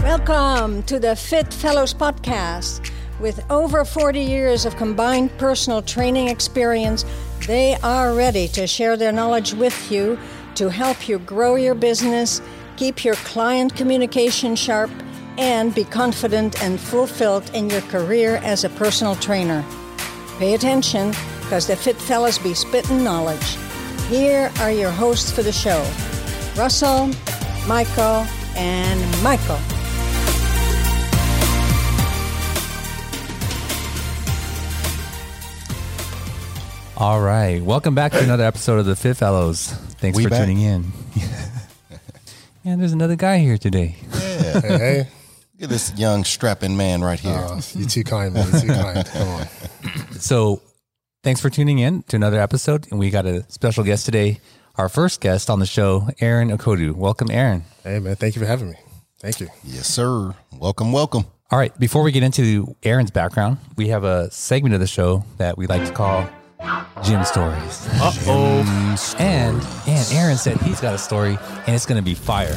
Welcome to the Fit Fellows Podcast. With over 40 years of combined personal training experience, they are ready to share their knowledge with you to help you grow your business, keep your client communication sharp, and be confident and fulfilled in your career as a personal trainer. Pay attention, because the Fit Fellas be spitting knowledge. Here are your hosts for the show Russell, Michael, and Michael. All right. Welcome back to another episode of the Fit Fellows. Thanks We for back. tuning in. yeah, there's another guy here today. Yeah, hey, hey. Look at this young strapping man right here. Oh, you're too kind, man. You're too kind. Come on. So, thanks for tuning in to another episode. And we got a special guest today, our first guest on the show, Aaron Okodu. Welcome, Aaron. Hey, man. Thank you for having me. Thank you. Yes, sir. Welcome, welcome. All right. Before we get into Aaron's background, we have a segment of the show that we like to call Gym Stories. Uh oh. And and Aaron said he's got a story, and it's going to be fire.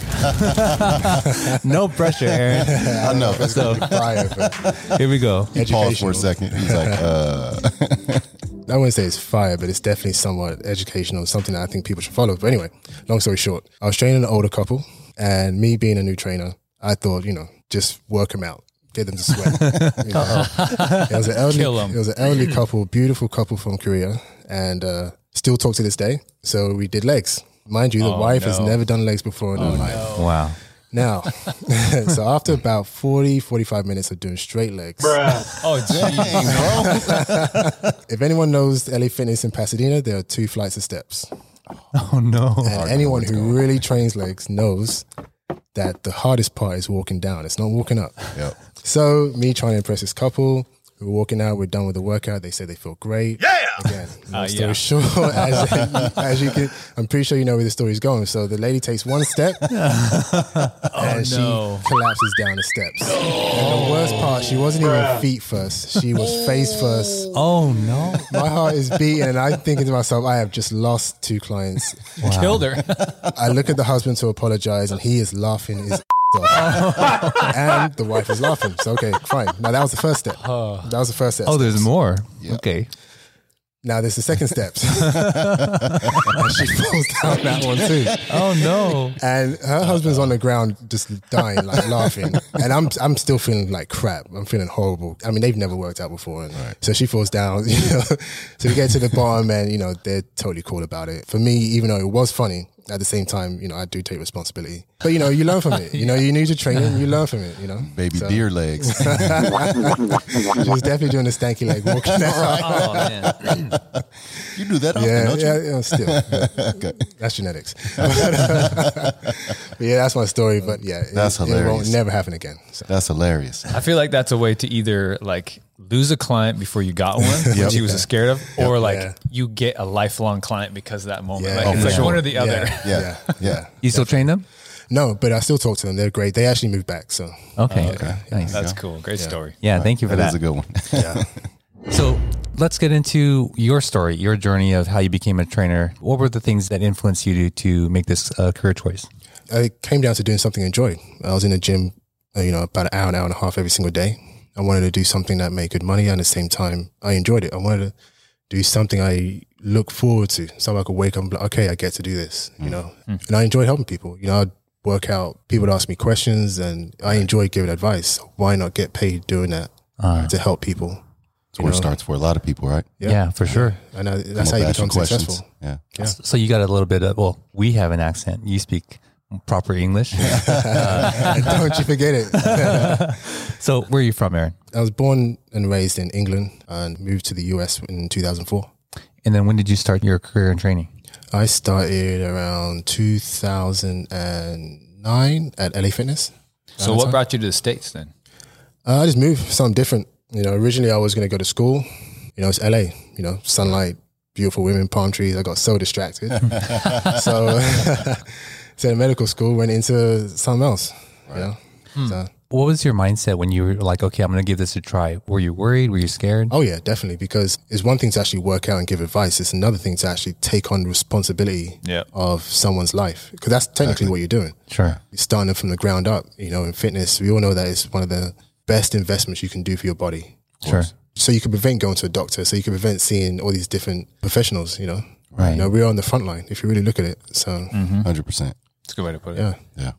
no pressure, Aaron. I know. That's So Brian, but here we go. he paused for a educational. second. He's like, uh, I wouldn't say it's fire, but it's definitely somewhat educational, something that I think people should follow. But anyway, long story short, I was training an older couple, and me being a new trainer, I thought, you know, just work them out, get them to sweat. You know? it, was an Kill elderly, 'em. it was an elderly couple, beautiful couple from Korea, and uh, still talk to this day. So we did legs. Mind you, the Oh, wife has never done legs before in her life. Wow. Now, so after about 40, 45 minutes of doing straight legs, Oh, geez. dang, bro. if anyone knows LA Fitness in Pasadena, there are two flights of steps. oh no. And anyone who really trains legs knows that the hardest part is walking down, it's not walking up. Yep. So, me trying to impress this couple, we're walking out, we're done with the workout, they say they feel great. Yeah! Again, long story short, as, as you can, I'm pretty sure you know where the story's going. So, the lady takes one step and no. she collapses down the steps. And the worst part, she wasn't even feet first, she was face first. Oh no. My heart is beating, and I'm thinking to myself, I have just lost two clients. Killed her. I look at the husband to apologize, and he is laughing his off. and the wife is laughing. So, okay, fine. Now, that was the first step. That was the first step. Oh, there's more. Okay. Now, there's the second step. and she falls down that one, too. Oh no. And her husband's on the ground just dying, like laughing. And I'm I'm still feeling like crap. I'm feeling horrible. I mean, they've never worked out before. And So she falls down, you know. So we get to the bottom and, you know, they're totally cool about it. For me, even though it was funny, at the same time, you know, I do take responsibility. But you know, you learn from it. You know, you need to train it, you learn from it, you know. Baby So deer legs. She was definitely doing a stanky leg walking out. Oh man. You do that often, Yeah, don't yeah, you? yeah, still. That's genetics. uh, But yeah, that's my story. But yeah, it- That's It won't hilarious. never happen again. So. That's hilarious. I feel like that's a way to either like lose a client before you got one, which you was scared of, or like Yeah. you get a lifelong client because of that moment. Yeah. Like, Oh, it's for like sure. one or the other. Yeah, yeah. Yeah. Yeah. You still train them? No, but I still talk to them. They're great. They actually moved back, so Okay. Nice. That's cool. Great story. Yeah, thank you for That that. is a good one. so let's get into your story, your journey of how you became a trainer. What were the things that influenced you to, to make this uh, career choice? I came down to doing something I enjoyed. I was in the gym, uh, you know, about an hour, an hour and a half every single day. I wanted to do something that made good money, and at the same time, I enjoyed it. I wanted to do something I look forward to, something I could wake up and be like, okay, I get to do this, Mm. you know. And I enjoyed helping people. You know, I'd work out. People would ask me questions, and I enjoyed giving advice. Why not get paid doing that Ah. to help people? That's where it starts for a lot of people, right? Yeah, for sure. And I, that's Come how up you asking become questions. successful. Yeah. So you got a little bit of, well, we have an accent. You speak proper English. Don't you forget it. so where are you from, Aaron? I was born and raised in England and moved to the US in 2004. And then when did you start your career in training? I started around 2009 at LA Fitness. So what brought you to the States then? Uh, I just moved, something different. You know, originally I was going to go to school. You know, it's LA, you know, sunlight, beautiful women, palm trees. I got so distracted. so, so medical school went into something else. You know? So, What was your mindset when you were like, okay, I'm going to give this a try? Were you worried? Were you scared? Oh yeah, definitely. Because it's one thing to actually work out and give advice. It's another thing to actually take on responsibility Yeah. of someone's life. Because that's technically what you're doing. Sure. You're starting from the ground up. You know, in fitness, we all know that it's one of the best investments you can do for your body. Sure. So you can prevent going to a doctor. So you can prevent seeing all these different professionals. You know, Right. You know, we're on the front line if you really look at it. So hundred percent. It's a good way to put it. yeah, Yeah.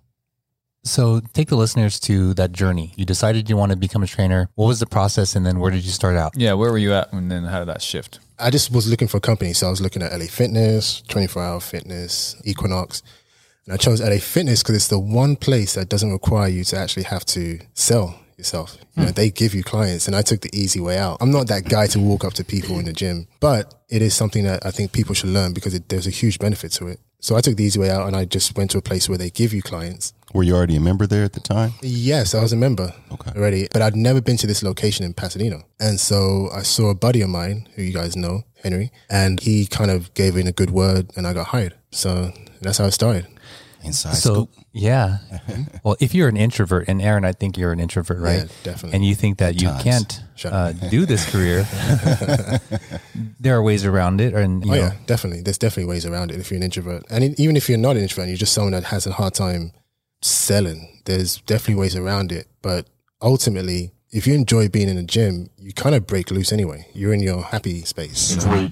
So take the listeners to that journey. You decided you want to become a trainer. What was the process? And then where did you start out? Yeah, where were you at and then how did that shift? I just was looking for a company. So I was looking at LA Fitness, 24 Hour Fitness, Equinox. And I chose LA Fitness because it's the one place that doesn't require you to actually have to sell yourself. You know, they give you clients and I took the easy way out. I'm not that guy to walk up to people in the gym, but it is something that I think people should learn because it, there's a huge benefit to it. So I took the easy way out and I just went to a place where they give you clients. Were you already a member there at the time? Yes, I was a member already, but I'd never been to this location in Pasadena. And so I saw a buddy of mine who you guys know, Henry, and he kind of gave in a good word and I got hired. So that's how it started. Inside So, yeah. well, if you're an introvert, and Aaron, I think you're an introvert, right? definitely. And you think that you can't uh, do this career, there are ways around it. And, you Oh, know, yeah, definitely. There's definitely ways around it if you're an introvert. And in- even if you're not an introvert, you're just someone that has a hard time selling, there's definitely ways around it. But ultimately, if you enjoy being in a gym, you kind of break loose anyway. You're in your happy space. So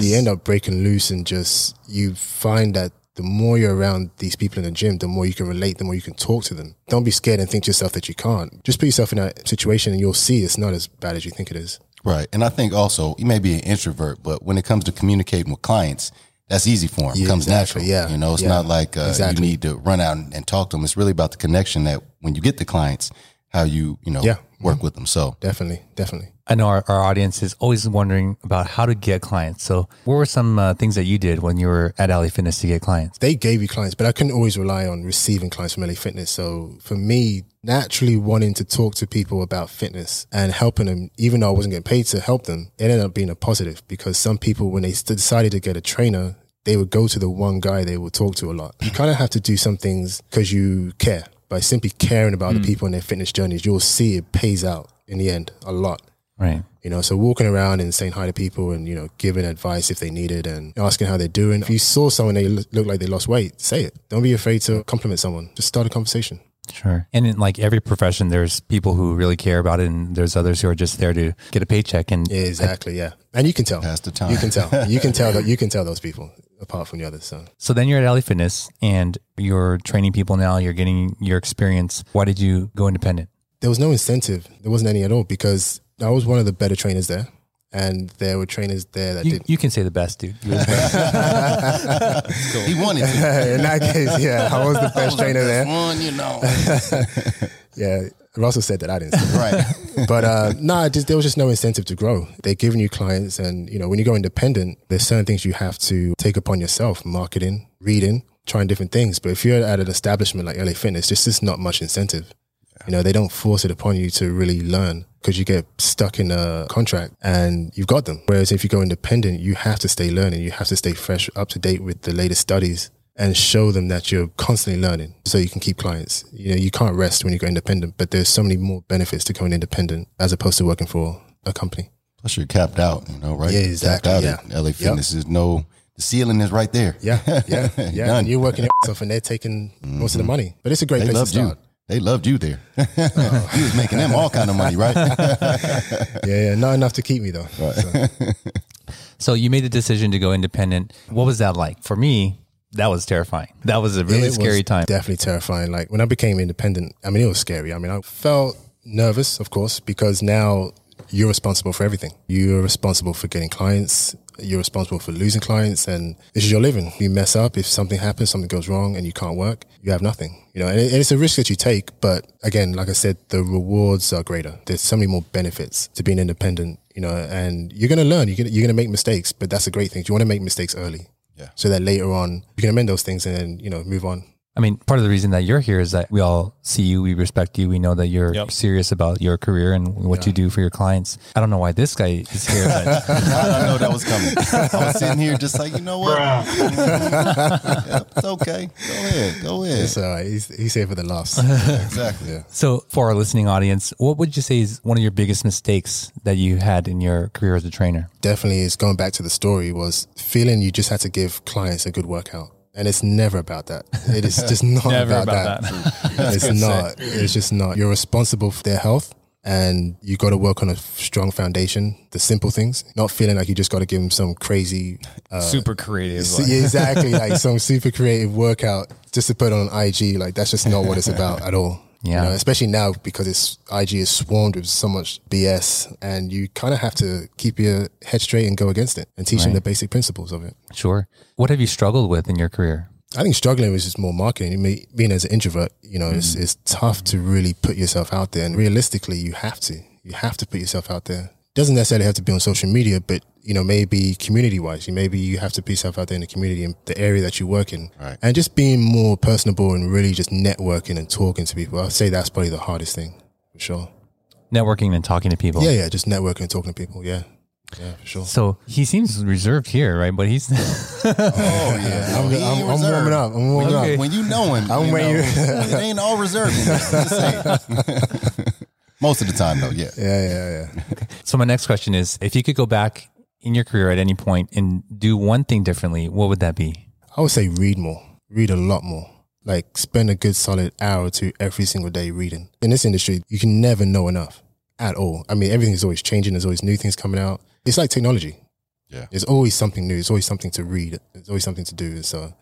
you end up breaking loose and just you find that the more you're around these people in the gym, the more you can relate, the more you can talk to them. Don't be scared and think to yourself that you can't. Just put yourself in that situation and you'll see it's not as bad as you think it is. Right. And I think also you may be an introvert, but when it comes to communicating with clients, that's easy for him. it comes exactly. natural. Yeah. You know, it's Yeah. not like uh, Exactly. you need to run out and, and talk to them. It's really about the connection that when you get the clients, how you, you know, Yeah. work with them. So Definitely, definitely. I know our, our audience is always wondering about how to get clients. So, what were some uh, things that you did when you were at Alley Fitness to get clients? They gave you clients, but I couldn't always rely on receiving clients from LA Fitness. So for me, naturally wanting to talk to people about fitness and helping them, even though I wasn't getting paid to help them, it ended up being a positive because some people, when they s- decided to get a trainer, they would go to the one guy they would talk to a lot. You kind of have to do some things because you care. By simply caring about the people and their fitness journeys, you'll see it pays out in the end a lot. Right. You know, so walking around and saying hi to people and, you know, giving advice if they need it and asking how they're doing. If you saw someone they lo- looked like they lost weight, say it. Don't be afraid to compliment someone. Just start a conversation. Sure. And in like every profession, there's people who really care about it, and there's others who are just there to get a paycheck. And Exactly. Yeah. And you can tell. Pass the time. You can tell. You can tell that you can tell those people apart from the others. So so then you're at Alley Fitness and you're training people now, you're getting your experience. Why did you go independent? there was no incentive. There wasn't any at all because I was one of the better trainers there. And there were trainers there that You, didn't. you can say the best, dude. You was- he wanted to. In that case, yeah, I was the best trainer there. One, you know. Yeah. Russell said that I didn't. say that. right. but uh, no, just, there was just no incentive to grow. They're giving you clients, and you know when you go independent, there's certain things you have to take upon yourself: marketing, reading, trying different things. But if you're at an establishment like LA Fitness, just is not much incentive. You know they don't force it upon you to really learn because you get stuck in a contract and you've got them. Whereas if you go independent, you have to stay learning, you have to stay fresh, up to date with the latest studies. And show them that you're constantly learning so you can keep clients. You know, you can't rest when you go independent, but there's so many more benefits to going independent as opposed to working for a company. Plus you're capped out, you know, right? Yeah, You're exactly, Capped out yeah. at LA Fitness. There's no the ceiling is right there. Yeah, yeah, yeah. Done. Mm-hmm. And you're working your ass off and they're taking most of the money. But it's a great They place to loved you. start. They loved you there. you was making them all kind of money, right? Yeah, yeah. Not enough to keep me though. So, So you made the decision to go independent. What was that like? For me, that was terrifying. That was a really it scary was time. Definitely terrifying. Like when I became independent, I mean it was scary. I mean I felt nervous, of course, because now you're responsible for everything. You're responsible for getting clients. You're responsible for losing clients, and this is your living. You mess up if something happens, something goes wrong, and you can't work. You have nothing, you know. And, it, and it's a risk that you take, but again, like I said, the rewards are greater. There's so many more benefits to being independent, you know. And you're gonna learn. You're gonna, you're gonna make mistakes, but that's a great thing. You want to make mistakes early Yeah. so that later on you can amend those things and then you know move on. I mean, part of the reason that you're here is that we all see you, we respect you, we know that you're Yep. serious about your career and what you do for your clients. I don't know why this guy is here, but I don't know that was coming. I was sitting here just like, you know what? Yeah, it's okay. Go ahead. Go ahead. It's all right. uh, He's, he's here for the laughs. Exactly. so for our listening audience, what would you say is one of your biggest mistakes that you had in your career as a trainer? Definitely is going back to the story was feeling you just had to give clients a good workout. And it's never about that. It is just not Never about, about that. that. it's not. It's just not. You're responsible for their health, and you got to work on a strong foundation. The simple things, not feeling like you just got to give them some crazy, uh, Super creative. s- like- yeah, exactly like some super creative workout just to put on IG. Like that's just not what it's about at all. Yeah. you know, especially now because it's IG is swarmed with so much BS, and you kind of have to keep your head straight and go against it and teach them the basic principles of it. Sure. What have you struggled with in your career? I think struggling was just more marketing. You may, being as an introvert, you know, Mm. it's, it's tough to really put yourself out there. And realistically, you have to. You have to put yourself out there. Doesn't necessarily have to be on social media, but you know, maybe community wise, you maybe you have to put yourself out there in the community in the area that you work in, Right. and just being more personable and really just networking and talking to people. I'd say that's probably the hardest thing for sure. Networking and talking to people. Yeah, yeah, just networking and talking to people. Yeah, yeah, for sure. So he seems reserved here, right? But he's Oh yeah. I'm, He I'm, ain't I'm reserved. warming up. I'm warming Okay. up. When you know him, I'm you waiting. know, it ain't all reserved. In this, just saying. Most of the time, though, yeah. Yeah, yeah, yeah. so. My next question is: If you could go back in your career at any point and do one thing differently, what would that be? I would say read more, read a lot more. Like spend a good solid hour or two every single day reading. In this industry, you can never know enough at all. I mean, everything's always changing. There's always new things coming out. It's like technology. Yeah. There's always something new. There's always something to read. There's always something to do. And so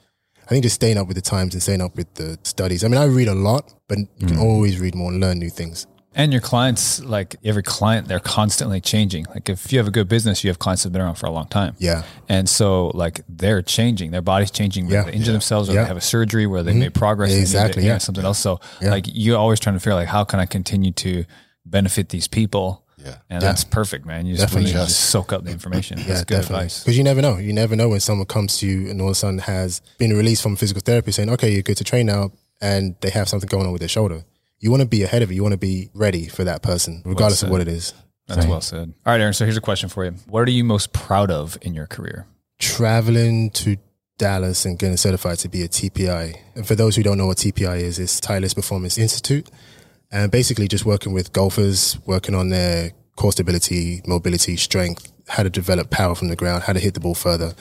I think just staying up with the times and staying up with the studies. I mean, I read a lot, but you can always read more and learn new things. And your clients, like every client, they're constantly changing. Like if you have a good business, you have clients that have been around for a long time. Yeah. And so like they're changing, their body's changing, whether Yeah. they injure themselves or Yeah. they have a surgery where they made progress. they need to, Exactly, you know, yeah. Something else. So like you're always trying to figure like, how can I continue to benefit these people? Yeah. And that's perfect, man. You just, Definitely. really Yes. just soak up the information. that's good advice. Because you never know. You never know when someone comes to you and all of a sudden has been released from physical therapy saying, okay, you're good to train now. And they have something going on with their shoulder. You want to be ahead of it. You want to be ready for that person, regardless of what it is. That's well said. All right, Aaron. So here's a question for you. What are you most proud of in your career? Traveling to Dallas and getting certified to be a TPI. And for those who don't know what TPI is, it's Tireless Performance Institute. And basically just working with golfers, working on their core stability, mobility, strength, how to develop power from the ground, how to hit the ball further.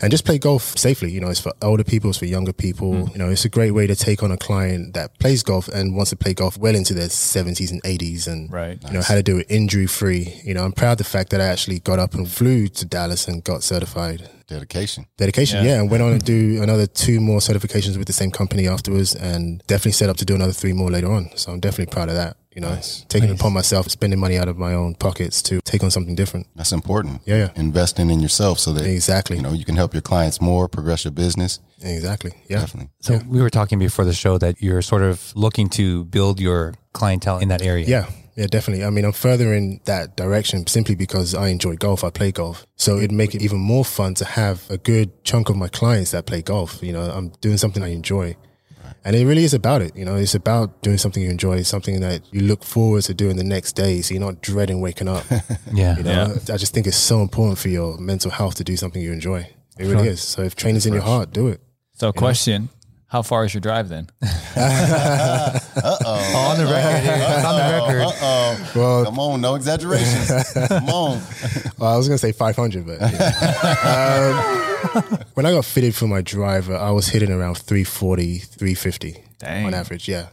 and just play golf safely. You know, it's for older people, it's for younger people. You know, it's a great way to take on a client that plays golf and wants to play golf well into their seventies and eighties, and Right. you know how to do it injury free. You know, I'm proud of the fact that I actually got up and flew to Dallas and got certified Dedication. dedication. Yeah. and went on to do another two more certifications with the same company afterwards, and definitely set up to do another three more later on. So I'm definitely proud of that. You know, taking it upon myself, spending money out of my own pockets to take on something different. That's important. Yeah, yeah. Investing in yourself so that Exactly. you know you can help your clients more, progress your business. Exactly. Yeah. Definitely. So we were talking before the show that you're sort of looking to build your clientele in that area. Yeah, yeah, definitely. I mean, I'm further in that direction simply because I enjoy golf. I play golf, so it'd make it even more fun to have a good chunk of my clients that play golf. You know, I'm doing something I enjoy, and it really is about it. You know, it's about doing something you enjoy, something that you look forward to doing the next day, so you're not dreading waking up. Yeah. You know, I just think it's so important for your mental health to do something you enjoy. It really is. So if training's in your heart, do it. So question, how far is your drive then? On the record, it's on the record. Uh, Come on, no exaggeration. Come on. Well, Oh, I was gonna say 500, but yeah. um, when I got fitted for my driver, I was hitting around 340, 350 Dang. on average. Yeah,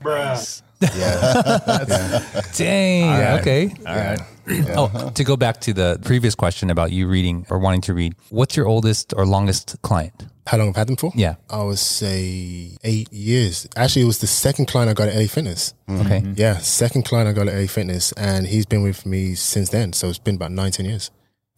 Dang. Okay. All right. Oh, to go back to the previous question about you reading or wanting to read, what's your oldest or longest client? how long I've had them for? Yeah. I would say eight years. Actually, it was the second client I got at A Fitness. Okay. Yeah, second client I got at A Fitness, and he's been with me since then. So it's been about 19 years.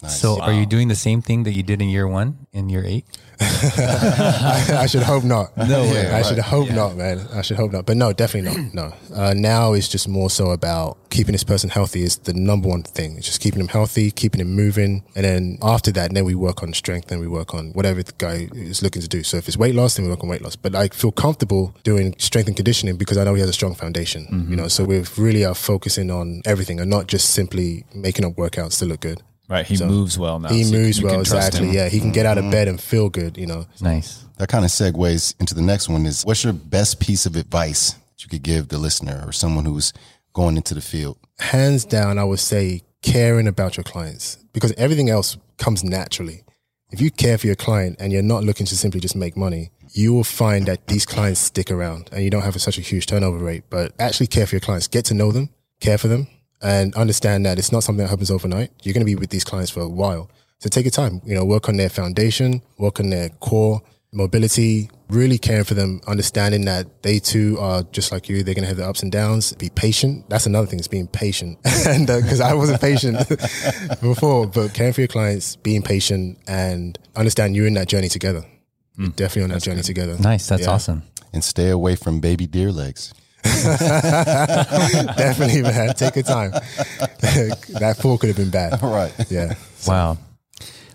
So are you doing the same thing that you did in year one in year eight? I should hope not. No way, I should hope not, man. I should hope not. But no, definitely not. No. Uh, now it's just more so about keeping this person healthy is the number one thing. It's just keeping them healthy, keeping them moving. And then after that, then we work on strength and we work on whatever the guy is looking to do. So if it's weight loss, then we work on weight loss. But I feel comfortable doing strength and conditioning because I know he has a strong foundation, Mm-hmm. you know, so we've really are focusing on everything and not just simply making up workouts to look good. Right. He moves well now. He so you- moves you can well, trust exactly. him. Mm-hmm. Yeah, he can get out of bed and feel good, you know. Nice. That kind of segues into the next one is what's your best piece of advice that you could give the listener or someone who's going into the field? hands down, I would say caring about your clients because everything else comes naturally. If you care for your client and you're not looking to simply just make money, you will find that these clients stick around and you don't have such a huge turnover rate. But actually care for your clients, get to know them, care for them, and understand that it's not something that happens overnight. You're going to be with these clients for a while. So take your time, you know, work on their foundation, work on their core mobility, really caring for them, understanding that they too are just like you. They're going to have their ups and downs. Be patient. That's another thing is being patient. and because I wasn't patient before, but caring for your clients, being patient and understand you're in that journey together. You're definitely on that journey together. Nice. Hmm. That's Yeah. awesome. And stay away from baby deer legs. definitely, man. Take your time. that fall could have been bad. All right. Yeah. Wow.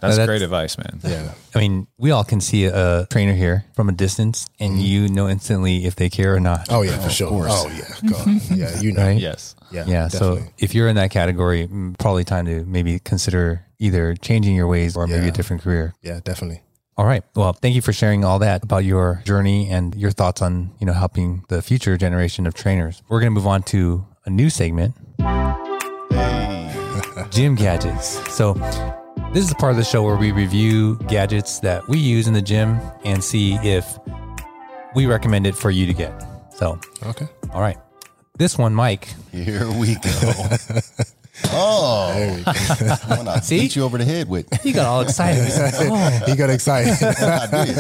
That's, that's- great advice, man. Yeah. I mean, we all can see a trainer here from a distance, and you know instantly if they care or not. Mm-hmm. Oh yeah, for sure. course. Oh yeah, God. yeah, you know. Right? Yes. Yeah, Yeah. So definitely. if you're in that category, mm, probably time to maybe consider either changing your ways or maybe Yeah. a different career. yeah, definitely. All right. Well, thank you for sharing all that about your journey and your thoughts on, you know, helping the future generation of trainers. We're going to move on to a new segment. gym gadgets. So this is the part of the show where we review gadgets that we use in the gym and see if we recommend it for you to get. So, Okay. all right. This one, Mike. Here we go. oh, I'm gonna See? hit you over the head with. He got all excited. He's like, oh. He got excited. I did.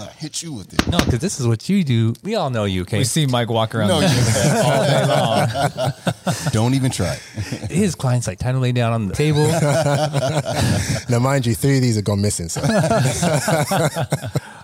I hit you with it. No, because this is what you do. We all know you, okay? We see Mike walk around. No, the you all day long. don't even try. it. His client's like time to lay down on the table. now, mind you, three of these have gone missing. So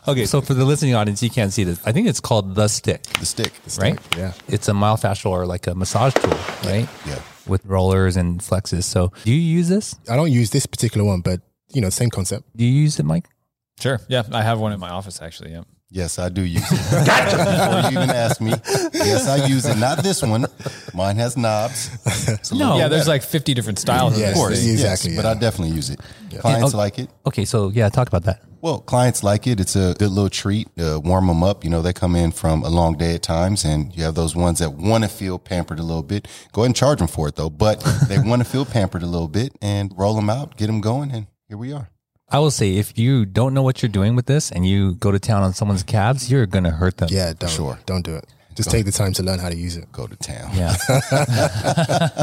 Okay, so for the listening audience, you can't see this. I think it's called the stick, The stick. right? yeah. It's a myofascial or like a massage tool, right? Yeah. With rollers and flexes. So do you use this? I don't use this particular one, but you know, same concept. Do you use it, Mike? Sure. Yeah. I have one in my office actually. Yeah. Yes, I do use it. Before you even ask me. Yes, I use it. Not this one. Mine has knobs. It's a No. yeah. Oh, There's like 50 different styles of Yes, this thing. yeah. exactly, But yeah. I definitely use it. Clients Oh. like it. Okay, so yeah, talk about that. Well, clients like it. It's a good little treat to warm them up. You know, they come in from a long day at times, and you have those ones that want to feel pampered a little bit. Go ahead and charge them for it, though. But they want to feel pampered a little bit and roll them out, get them going, and here we are. I will say if you don't know what you're doing with this and you go to town on someone's calves, you're going to hurt them. Yeah, don't Sure. don't do it. Just take the time to learn how to use it. Go to town. Yeah.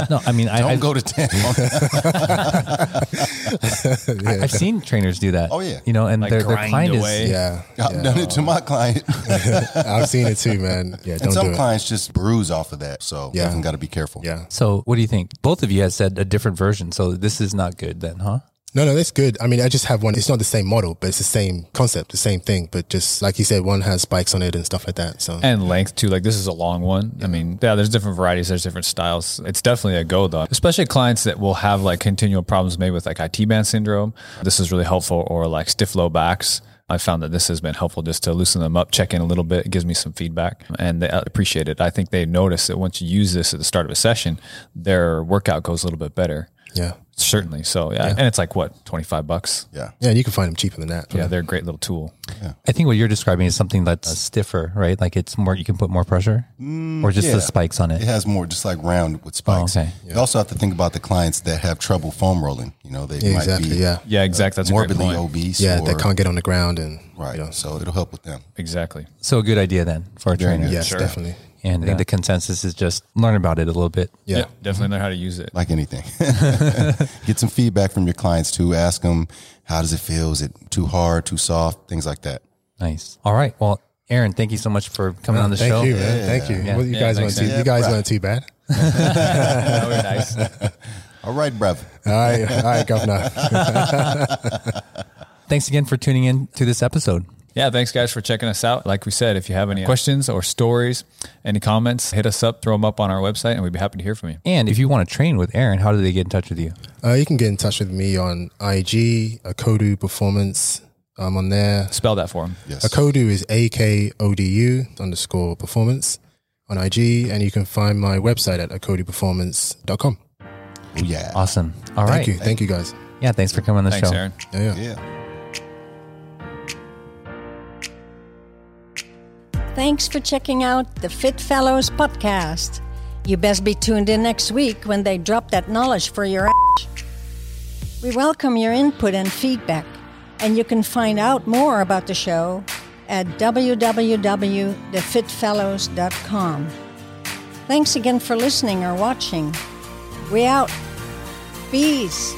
no, I mean, I, Don't I, go to town. I, I've seen trainers do that. Oh, yeah. You know, and Like their, their grind client away. is. Yeah, I've done it to my client. I've seen it too, man. Yeah, and don't some do it. clients just bruise off of that. So Yeah. definitely got to be careful. Yeah, So what do you think? Both of you had said a different version. So this is not good then, huh? no, no, that's good. I mean, I just have one. It's not the same model, but it's the same concept, the same thing. But just like you said, one has spikes on it and stuff like that. So and length too. Like this is a long one. I mean, yeah, there's different varieties, there's different styles. It's definitely a go though, especially clients that will have like continual problems maybe with like IT band syndrome. This is really helpful or like stiff low backs. I found that this has been helpful just to loosen them up, check in a little bit. It gives me some feedback and they uh, appreciate it. I think they notice that once you use this at the start of a session, their workout goes a little bit better. yeah, Certainly. So yeah. And it's like what, 25 bucks? Yeah. yeah, and you can find them cheaper than that. Yeah. They're a great little tool. I think what you're describing is something that's uh, stiffer, right? Like it's more, you can put more pressure Mm, or just yeah. the spikes on it. It has more just like round Oh, with spikes. okay. You also have to think about the clients that have trouble foam rolling. You know, they exactly. might be yeah, Yeah, exactly. That's a great morbidly point. obese. yeah, or, they can't get on the ground and Right. You know, So it'll help with them. Exactly. So a good idea then for a trainer. yes, definitely. And I think the consensus is just learn about it a little bit. Yeah. yeah definitely know how to use it. Like anything, get some feedback from your clients too. Ask them how does it feel? Is it too hard? Too soft? Things like that. Nice. All right. Well, Aaron, thank you so much for coming on the Thank show. you, man. Thank you. Well, you Yeah, guys thanks, weren't too. man. You guys weren't too bad. That was Oh, nice. All right, bruv. All right, all right, governor. Thanks again for tuning in to this episode. Yeah, thanks guys for checking us out. Like we said, if you have any questions or stories, any comments, hit us up, throw them up on our website, and we'd be happy to hear from you. And if you want to train with Aaron, how do they get in touch with you? Uh, you can get in touch with me on IG, Akodu Performance. I'm on there. Spell that for them. Yes. Akodu is A K O D U underscore performance on IG, and you can find my website at akoduperformance.com. Yeah. Awesome. All Uh, Thank right. you. Thank you guys. Yeah, thanks for coming on the Thanks, show. Aaron. Yeah, yeah. Yeah. Thanks for checking out the Fit Fellows podcast. You best be tuned in next week when they drop that knowledge for your ass. We welcome your input and feedback, and you can find out more about the show at www.thefitfellows.com. Thanks again for listening or watching. We out. Peace.